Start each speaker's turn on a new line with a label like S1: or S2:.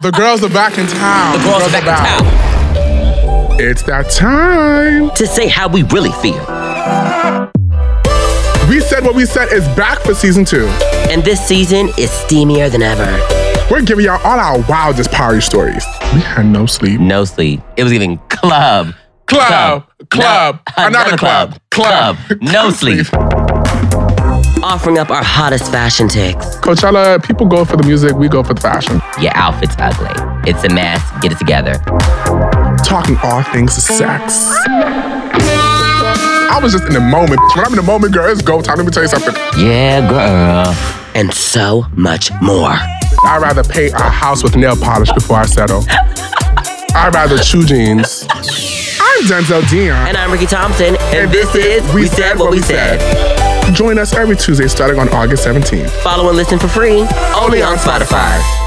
S1: The girls are back in town.
S2: The girls are back in town
S1: It's that time.
S2: to say how we really feel.
S1: We said what we said is back for season two.
S2: And this season is steamier than ever.
S1: We're giving y'all all our wildest party stories. We had no sleep.
S2: No sleep. It was even club.
S1: Club, club,
S2: No-
S1: another club, club,
S2: no sleep. Offering up our hottest fashion takes.
S1: Coachella, people go for the music, we go for the fashion.
S2: Your outfit's ugly. It's a mess. Get it together.
S1: Talking all things sex. I was just in the moment. When I'm in the moment, girl, it's go time. Let me tell you something.
S2: Yeah, girl. And so much more.
S1: I'd rather paint a house with nail polish before I settle. I'd rather chew jeans. I'm Denzel Dion.
S2: And I'm Ricky Thompson. And,
S1: Join us every Tuesday starting on August 17th.
S2: Follow and listen for free. Only
S1: on
S2: on Spotify.